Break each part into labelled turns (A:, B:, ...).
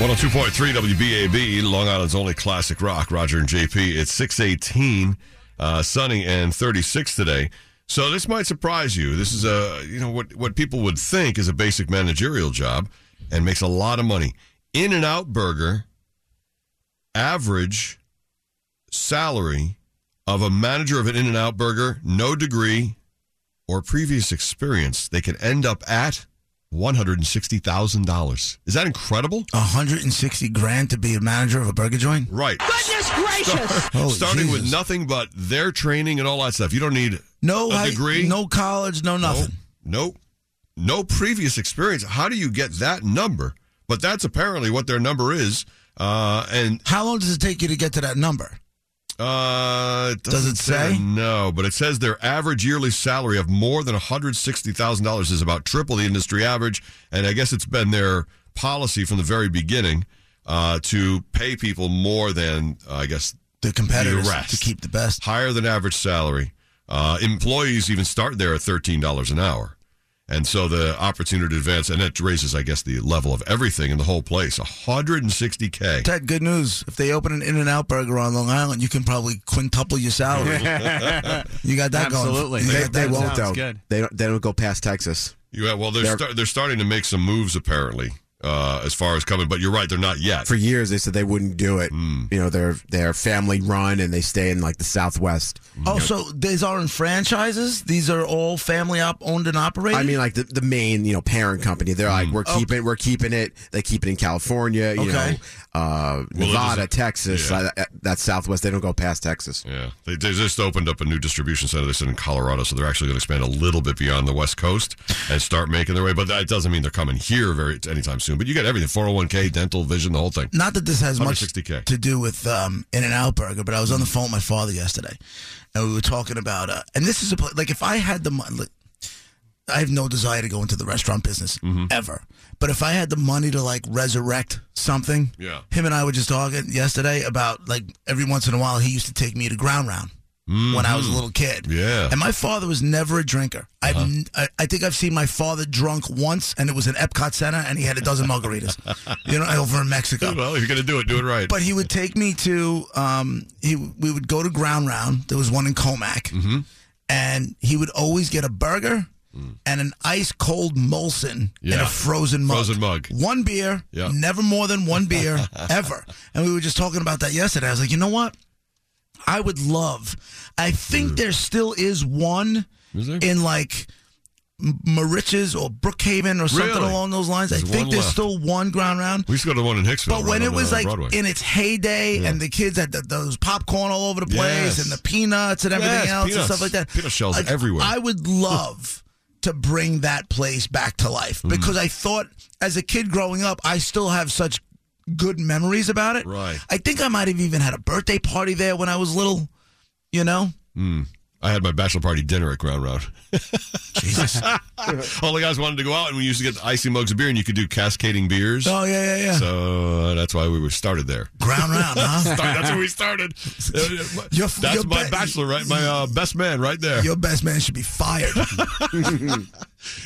A: One hundred two point three WBAB, Long Island's only classic rock. Roger and JP. It's six eighteen, uh, sunny and thirty six today. So this might surprise you. This is a you know what what people would think is a basic managerial job, and makes a lot of money. In and Out Burger average salary of a manager of an In and Out Burger, no degree or previous experience, they could end up at one hundred and sixty thousand dollars. Is that incredible?
B: 160 grand to be a manager of a burger joint?
A: Right.
C: Goodness gracious!
B: Holy
A: starting with
B: Jesus.
A: nothing but their training and all that stuff. You don't need
B: no
A: a
B: high-
A: degree,
B: no college, no
A: no,
B: nothing.
A: no, no previous experience. How do you get that number? But that's apparently what their number is. Uh, and
B: How long does it take you to get to that number?
A: uh, it
B: Does it say?
A: no? But it says their average yearly salary of more than one hundred sixty thousand dollars is about triple the industry average. And I guess it's been their policy from the very beginning uh, to pay people more than uh, I guess
B: The competitors
A: The rest.
B: to keep the best.
A: higher than average salary. Uh, employees even start there at thirteen dollars an hour, and so the opportunity to advance and it raises, I guess, the level of everything in the whole place. hundred and sixty k.
B: Ted, good news. If they open an In and Out burger on Long Island, you can probably quintuple your salary. you got that
D: Absolutely.
B: going. You
D: They-
B: got
D: they
B: that going.
D: won't
B: Sounds
D: though.
B: good.
D: They don't, they don't go past Texas.
A: Yeah, well, they're
D: They're-
A: start- they're starting to make some moves apparently uh, as far as coming, but you're right, they're not yet.
D: For years, they said they wouldn't do it.
A: Hmm.
D: You know, they're they're family run and they stay in like the Southwest.
B: Oh, so these aren't franchises? These are all family op- owned and operated?
D: I mean, like the, the main you know parent company. They're
A: Hmm.
D: like we're keeping we're keeping it. They keep it in California. You
B: Okay.
D: know, uh,
A: Well, it
D: Nevada,
A: is-
D: Texas.
A: yeah.
D: Uh, that's Southwest. They don't go past Texas.
A: Yeah, they, they just opened up a new distribution center. They said in Colorado, so they're actually going to expand a little bit beyond the West Coast and start making their way. But that doesn't mean they're coming here very anytime soon. But you got everything: four hundred one k, dental, vision, the whole thing.
B: not that this has much
A: 160K.
B: to do with um, In and Out Burger, but I was on the phone with my father yesterday, and we were talking about. Uh, and this is a pla- like if I had the money, I have no desire to go into the restaurant business
A: Mm-hmm.
B: ever. But if I had the money to like resurrect something,
A: Yeah.
B: Him and I were just talking yesterday about like every once in a while he used to take me to Ground Round. When I was a little kid,
A: Mm-hmm. Yeah. Uh-huh.
B: and my father was never a drinker. I've n- I, I think I've seen my father drunk once, and it was in Epcot Center, and he had a dozen margaritas, you know, over in Mexico.
A: Well, if you're going to do it, do it right.
B: But he would take me to um he we would go to Ground Round. There was one in Comac,
A: Mm-hmm.
B: and he would always get a burger and an ice cold Molson in
A: Mm. Yeah.
B: a frozen mug.
A: Frozen mug.
B: One beer,
A: Yeah.
B: never more than one beer ever. And we were just talking about that yesterday. I was like, you know what? I would love. I think there still is one
A: Mm. Is there?
B: in like M- Mauritius or Brookhaven or something
A: Really?
B: along those lines. I
A: There's
B: think
A: one
B: there's
A: left.
B: still one ground round.
A: We used to go to the one in Hicksville.
B: But when
A: right
B: it
A: on,
B: was
A: uh,
B: like
A: Broadway.
B: in its heyday, and the kids had the, those popcorn all over the place,
A: Yes.
B: and the peanuts and everything
A: Yes,
B: else and
A: peanuts.
B: stuff like that,
A: Peanut shells
B: Like,
A: everywhere.
B: I would love to bring that place back to life
A: Mm-hmm.
B: because I thought, as a kid growing up, I still have such good memories about it.
A: Right.
B: I think I might have even had a birthday party there when I was little. You know,
A: I had my bachelor party dinner at Ground Round.
B: Jesus.
A: All the guys wanted to go out, and we used to get the icy mugs of beer, and you could do cascading beers.
B: oh yeah, yeah, yeah.
A: So uh, that's why we were started there.
B: Ground round, huh?
A: Start- that's where we started. Uh,
B: Your-
A: that's
B: your
A: my
B: be-
A: bachelor, right? My uh, best man, right there.
B: Your best man should be fired.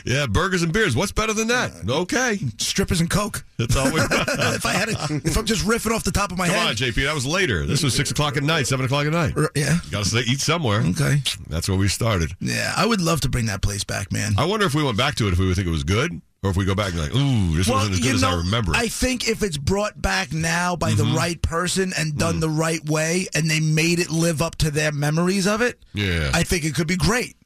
A: Yeah, burgers and beers. What's better than that?
B: Uh,
A: Okay,
B: Strippers and coke.
A: that's all we. Come
B: if I had, it, if I'm just riffing off the top of my head.
A: on, JP. That was later. This was six o'clock at night, seven o'clock at night.
B: R- Mm. Yeah.
A: Got to eat somewhere.
B: Okay.
A: That's where we started.
B: Yeah, I would love to bring that place back, man.
A: I wonder if we went back to it, if we would think it was good, or if we go back and like, ooh, this wasn't as good as I remember. it. Mm-hmm.
B: I think if it's brought back now by the right person and
A: Mm.
B: done the right way, and they made it live up to their memories of it,
A: Yeah.
B: I think it could be great.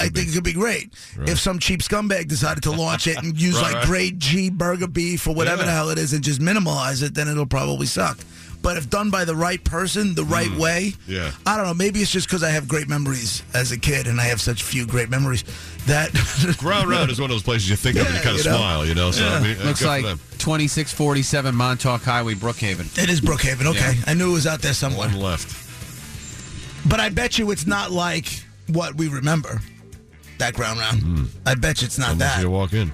B: I think it could be great if some cheap scumbag decided to launch it and use
A: Right,
B: like
A: right.
B: grade G burger beef or whatever
A: Yeah.
B: the hell it is and just minimalize it. Then it'll probably suck. But if done by the right person, the right way,
A: Mm. Yeah.
B: I don't know. Maybe it's just because I have great memories as a kid, and I have such few great memories that
A: Ground Round is one of those places you think of and you
B: Yeah,
A: kind of
B: you know.
A: smile, you know. So I mean,
C: Looks
A: good for
C: like
A: them.
C: 2647 Montauk Highway, Brookhaven.
B: it is Brookhaven. Okay,
C: Yeah.
B: I knew it was out there somewhere.
A: one left.
B: But I bet you it's not like what we remember. That ground round. I bet you it's not
A: Mm-hmm. Unless
B: that.
A: you walk in.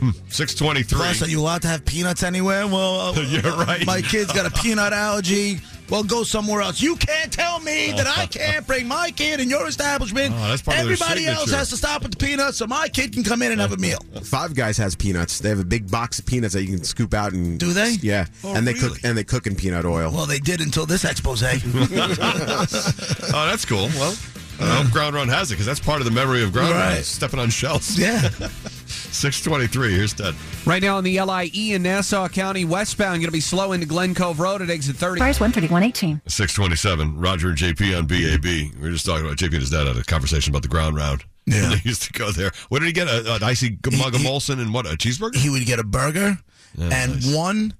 A: Hmm, Six twenty-three.
B: Plus, are you allowed to have peanuts anywhere? Well, uh,
A: You're right.
B: My kid's got a peanut allergy. Well, go somewhere else. You can't tell me that I can't bring my kid in your establishment.
A: Oh, that's part of their
B: Everybody else
A: signature.
B: has to stop at the peanuts, so my kid can come in and have a meal.
D: Five Guys has peanuts. They have a big box of peanuts that you can scoop out and
B: Do they?
D: Yeah,
B: Oh,
D: and they cook
B: really?
D: and they cook in peanut oil.
B: Well, they did until this expose.
A: Oh, that's cool. Well, I hope Ground Round has it because that's part of the memory of Ground Round.
B: Uh. Right.
A: Stepping on shells.
B: yeah.
A: Six twenty-three. Here's Ted.
C: Right now on the LIE in Nassau County, westbound, going to be slow into Glen Cove Road at exit 30.
E: Cars 13118.
A: Six twenty-seven. Roger and JP on BAB. We were just talking about JP and his dad had a conversation about the Ground Round.
B: Yeah.
A: they used to go there. What did he get? A, an icy g- mug of Molson and what? A cheeseburger?
B: He would get a burger and one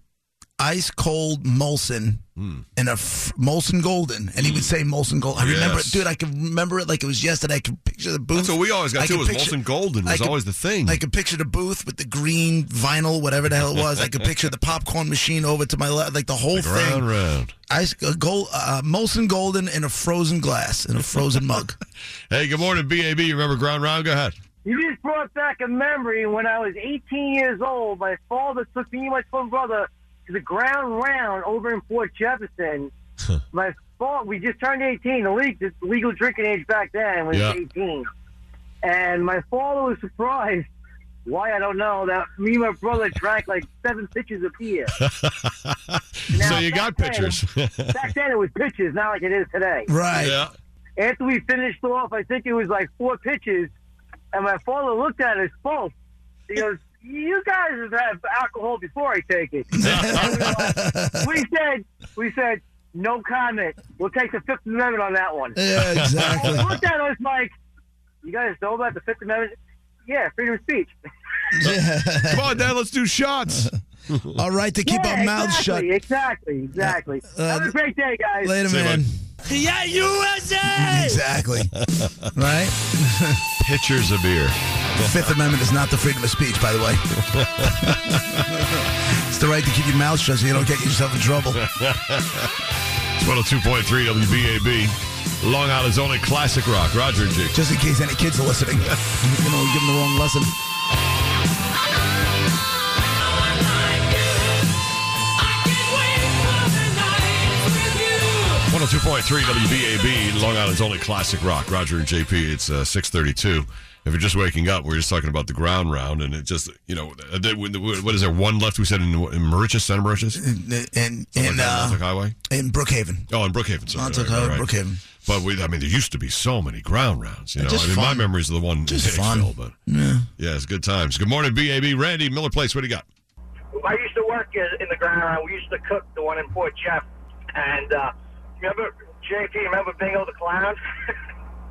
B: ice cold Molson
A: Hmm.
B: and a f- Molson Golden, and he would say Molson Gold. I remember
A: Yes.
B: it, dude. I can remember it like it was yesterday. I can picture the booth.
A: That's what we always got
B: I
A: too.
B: could
A: Was
B: picture-
A: Molson Golden
B: I
A: was
B: could-
A: always the thing.
B: I could picture the booth with the green vinyl, whatever the hell it was. I could picture the popcorn machine over to my left, like the whole thing.
A: Ground Round.
B: Ice a gold, uh, Molson Golden in a frozen glass in a frozen mug.
A: Hey, good morning, BAB. You remember Ground Round? Go ahead.
F: You just brought back a memory when I was 18 years old. My father took me and my twin brother to the ground round over in Fort Jefferson. my fault. We just turned 18. The legal, the legal drinking age back then was
A: Yeah.
F: 18. And my father was surprised. Why I don't know that me and my brother drank like seven pitchers of beer.
A: so
F: Now,
A: you got
F: back then-
A: pictures.
F: Back then it was pitchers, not like it is today.
B: Right.
A: yeah.
F: after we finished off, I think it was like four pitches, and my father looked at us both. He goes, "You guys have had alcohol before, I take it." And we were like- we said, "We said no comment. We'll take the Fifth Amendment on that one."
B: Yeah,
F: He
B: exactly.
F: looked at us like, "You guys know about the Fifth Amendment?" Yeah, freedom of speech.
A: Come on, Dad. Let's do shots.
B: All right, to keep
F: yeah,
B: our mouths shut.
F: exactly, Exactly, exactly.
B: Uh,
F: Have a great day, guys.
B: Later,
A: Say
B: man.
A: bye.
B: Yeah, USA. Exactly. right.
A: Pitchers of beer.
B: Fifth Amendment is not the freedom of speech, by the way. it's the right to keep your mouth shut so you don't get yourself in trouble.
A: 102.3 WBAB. Long Island's only classic rock. Roger and Jake.
B: Just in case any kids are listening, you know, give them the wrong lesson.
G: It's
A: 102.3 WBAB. Long Island's only classic rock. Roger and JP. It's uh, 632. If you're just waking up, we we're just talking about the ground round, and it just, you know, uh, did- when the- what is there? One left, we said, in, in Mauritius, Santa Mauritius?
B: In in in,
A: Norfolk
B: uh,
A: Highway?
B: in Brookhaven.
A: Oh, in Brookhaven. Sorry,
B: Montauk
A: right, right,
B: Highway,
A: right.
B: Brookhaven.
A: But we, I mean, there used to be so many ground rounds. You know,
B: Just
A: I mean, my
B: fun.
A: memories of the one
B: Just
A: in Hicksville,
B: fun.
A: but yeah, it's good times. Good morning, BAB. Randy Miller Place. What do you got?
F: I used to work in in the ground round. We used to cook the one in Port Jeff. And uh, remember, JP, remember Bingo the Clown?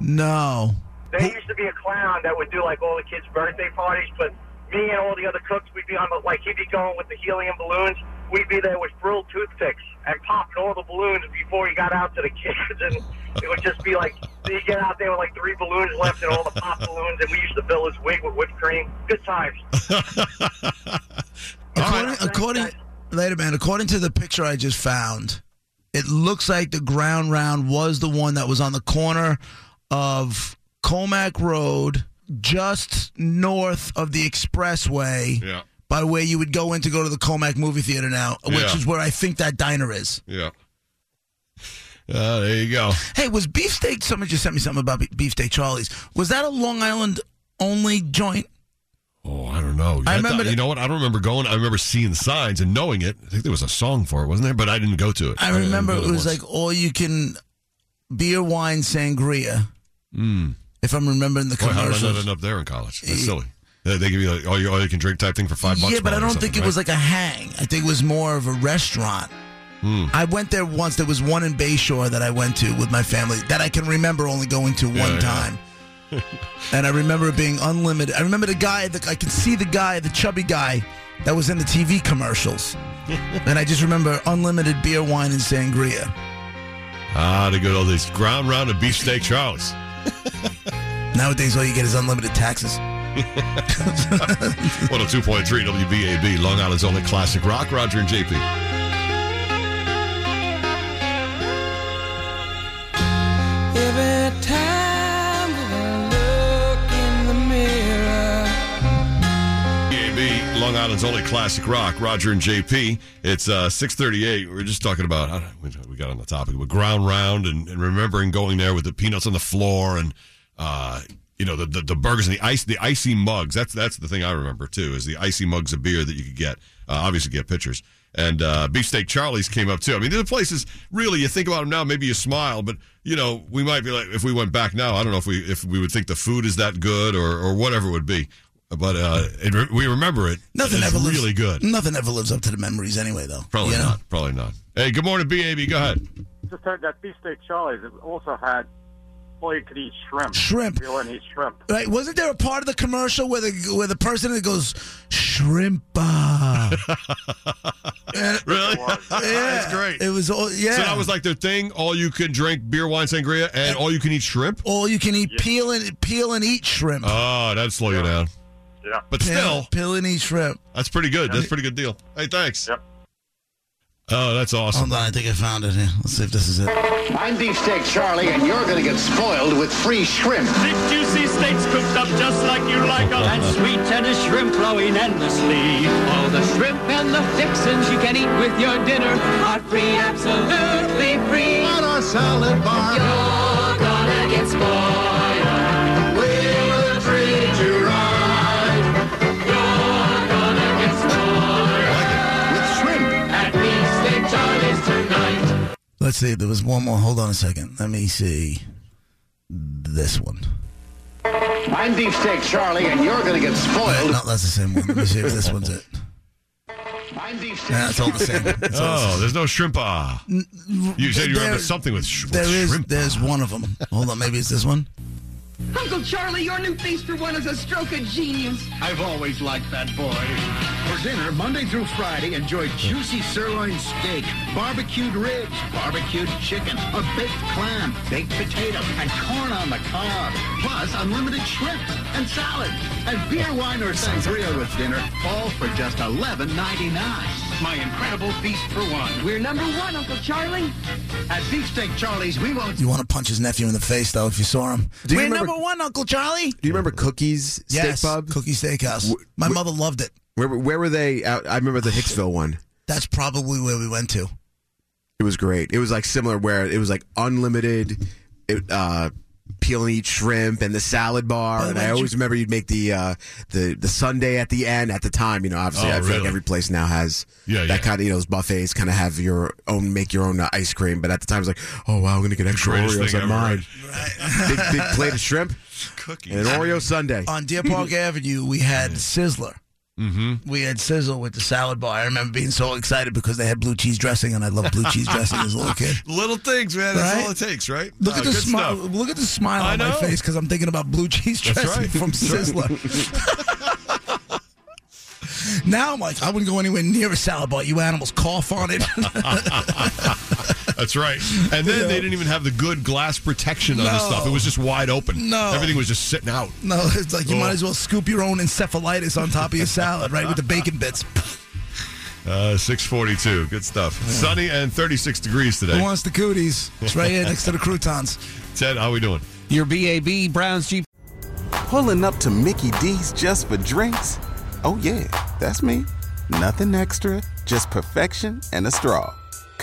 B: No.
F: there used to be a clown that would do like all the kids' birthday parties, but me and all the other cooks, we'd be on the, like, he'd be going with the helium balloons. We'd be there with frilled toothpicks and popping all the balloons before he got out to the kids. And it would just be like, he'd get out there with like three balloons left and all the pop balloons. And we used to fill his wig with whipped cream. Good times.
B: According, according later, man. According to the picture I just found, it looks like the ground round was the one that was on the corner of Comac Road, just north of the expressway,
A: Yeah.
B: by where you would go in to go to the Comac movie theater now, which
A: Yeah.
B: is where I think that diner is.
A: Yeah. Uh, there you go.
B: Hey, was beefsteak? Someone just sent me something about Be- beefsteak Charlie's. Was that a Long Island only joint?
A: Oh, I don't know.
B: I
A: Yeah,
B: remember
A: th- you
B: the-
A: know what? I don't remember going. I remember seeing the signs and knowing it. I think there was a song for it, wasn't there? But I didn't go to it.
B: I remember
A: didn't go
B: it
A: to
B: was
A: once.
B: like all you can beer, wine, sangria.
A: Hmm.
B: If I'm remembering the
A: Boy, how did I not
B: commercials.
A: end up there in college? That's silly. They, they give you like all you, all you can drink type thing for five bucks.
B: yeah, but I
A: probably or
B: don't think it
A: something,
B: was
A: right?
B: like a hang. I think it was more of a restaurant.
A: Hmm.
B: I went there once. There was one in Bayshore that I went to with my family that I can remember only going to one
A: yeah.
B: time. and I remember it being unlimited. I remember the guy, the, I can see the guy, the chubby guy that was in the TV commercials. and I just remember unlimited beer, wine, and sangria.
A: Ah, the good old days. Ground round of beefsteak Charles.
B: Nowadays, all you get is unlimited taxes.
A: 102.3 WBAB, Long Island's only classic rock. Roger and JP.
G: Every time that I look in the mirror,
A: WBAB, Long Island's only classic rock. Roger and JP. It's uh, 638. We We're just talking about, I don't know, we got on the topic, but ground round and, and remembering going there with the peanuts on the floor and, uh, you know, the, the, the burgers and the ice, the icy mugs. That's that's the thing I remember, too, is the icy mugs of beer that you could get. Uh, obviously, get pictures. And uh, Beefsteak Charlie's came up, too. I mean, these are places, really, you think about them now, maybe you smile, but, you know, we might be like, if we went back now, I don't know if we if we would think the food is that good or, or whatever it would be. But uh, it, re- we remember it.
B: Nothing
A: it's
B: ever lives,
A: really good.
B: Nothing ever lives up to the memories anyway, though.
A: Probably
B: you know?
A: not. Probably not. Hey, good morning, BAB. Go ahead.
H: just heard that beefsteak Charlie's it also had well you could eat shrimp.
B: Shrimp.
H: Peel and eat shrimp.
B: Right? Wasn't there a part of the commercial where the where the person that goes shrimpa?
A: Really? That's great.
B: It was all yeah.
A: So that was like their thing. All you can drink beer, wine, sangria, and all you can eat shrimp.
B: all you can eat peel and peel and eat shrimp.
A: Oh, that'd slow you down.
H: Yeah.
A: But
B: Peel-
A: still,
B: peel and eat shrimp.
A: that's pretty good. That's a pretty good deal. Hey, thanks.
H: Yep.
A: Oh, that's awesome.
B: Hold on, I think I found it here. Let's see if this is it.
I: I'm Beefsteak Charlie, and you're going to get spoiled with free shrimp.
G: thick juicy steaks cooked up just like you like 'em. And sweet tennis shrimp flowing endlessly. All the shrimp and the fixins you can eat with your dinner are free, absolutely free.
I: On our salad bar,
G: You're gonna get spoiled.
I: we will treat you right
G: You're gonna get spoiled.
I: with shrimp.
G: At Beefsteak Charlie's tonight.
B: Let's see. There was one more. Hold on a second. Let me see this one.
I: I'm Beefsteak Charlie, and you're going to get
B: No,
I: spoiled.
B: that's the same one. Let me see if this one's it.
I: I'm Beefsteak.
B: Nah, it's all the same. It's all the
A: Oh, there's no shrimp. Ah, you said you
B: there-
A: remember something with, sh- with
B: There is.
A: shrimp.
B: There's one of them. Hold on. Maybe it's this one.
J: Uncle Charlie, your new face for one is a stroke of genius.
I: I've always liked that boy. For dinner, Monday through Friday, enjoy juicy sirloin steak, barbecued ribs, barbecued chicken, a baked clam, baked potato, and corn on the cob. Plus, unlimited shrimp and salad, and beer, wine, or sangria with dinner, all for just $11.99. My incredible feast for one.
J: We're number one, Uncle Charlie.
I: At Beefsteak Charlie's, we won't...
B: You want to punch his nephew in the face though if you saw him.
D: Do you
B: We're
D: remember-
B: number one, Uncle Charlie.
D: Do you remember Cookies
B: Yes,
D: Steak Pub?
B: Cookie Steakhouse. My mother loved it.
D: Where, where were they? Out, I remember the Hicksville one.
B: That's probably where we went to.
D: It was great. It was like similar where it was like unlimited it, uh, peel and eat shrimp and the salad bar.
A: Oh,
B: the
D: and
B: way,
D: I
B: did
D: always remember you'd make the uh, the the Sunday at the end. At the time, you know, obviously,
A: Oh,
D: I feel
A: really?
D: like every place now has
A: Yeah,
D: that
A: yeah.
D: kind of you know those buffets kind of have your own make your own uh, ice cream. But at the time, it was like, oh wow, I'm gonna get extra
A: Greatest
D: Oreos
A: thing
D: on
A: ever.
D: mine.
A: right?
D: big, big plate of shrimp
A: Cookies.
D: and an Oreo Sunday.
B: on Deer Park Avenue, we had Sizzler. Mm-hmm. We had Sizzler with the salad bar. I remember being so excited because they had blue cheese dressing, and I love blue cheese dressing as a little kid.
A: Little things, man. That's
B: Right?
A: all it takes, right?
B: Look
A: Ah,
B: at the
A: good
B: smile.
A: stuff.
B: Look at the smile
A: I
B: on my
A: know.
B: face because I'm thinking about blue cheese
A: That's
B: dressing
A: right.
B: from
A: That's
B: Sizzler. now I'm like, I wouldn't go anywhere near a salad bar. You animals cough on it.
A: That's right. And then they didn't even have the good glass protection on this
B: No.
A: stuff. It was just wide open.
B: No.
A: Everything was just sitting out.
B: no, it's like you might as well scoop your own encephalitis on top of your salad, right, with the bacon bits.
A: Uh, 642. Good stuff. Sunny and 36 degrees
B: Who
A: today.
B: wants the cooties? It's right here next to the croutons.
A: Ted, how we doing?
C: Your BAB Browns Jeep
K: Pulling up to Mickey D's just for drinks? Oh, yeah, that's me. Nothing extra, just perfection and a straw.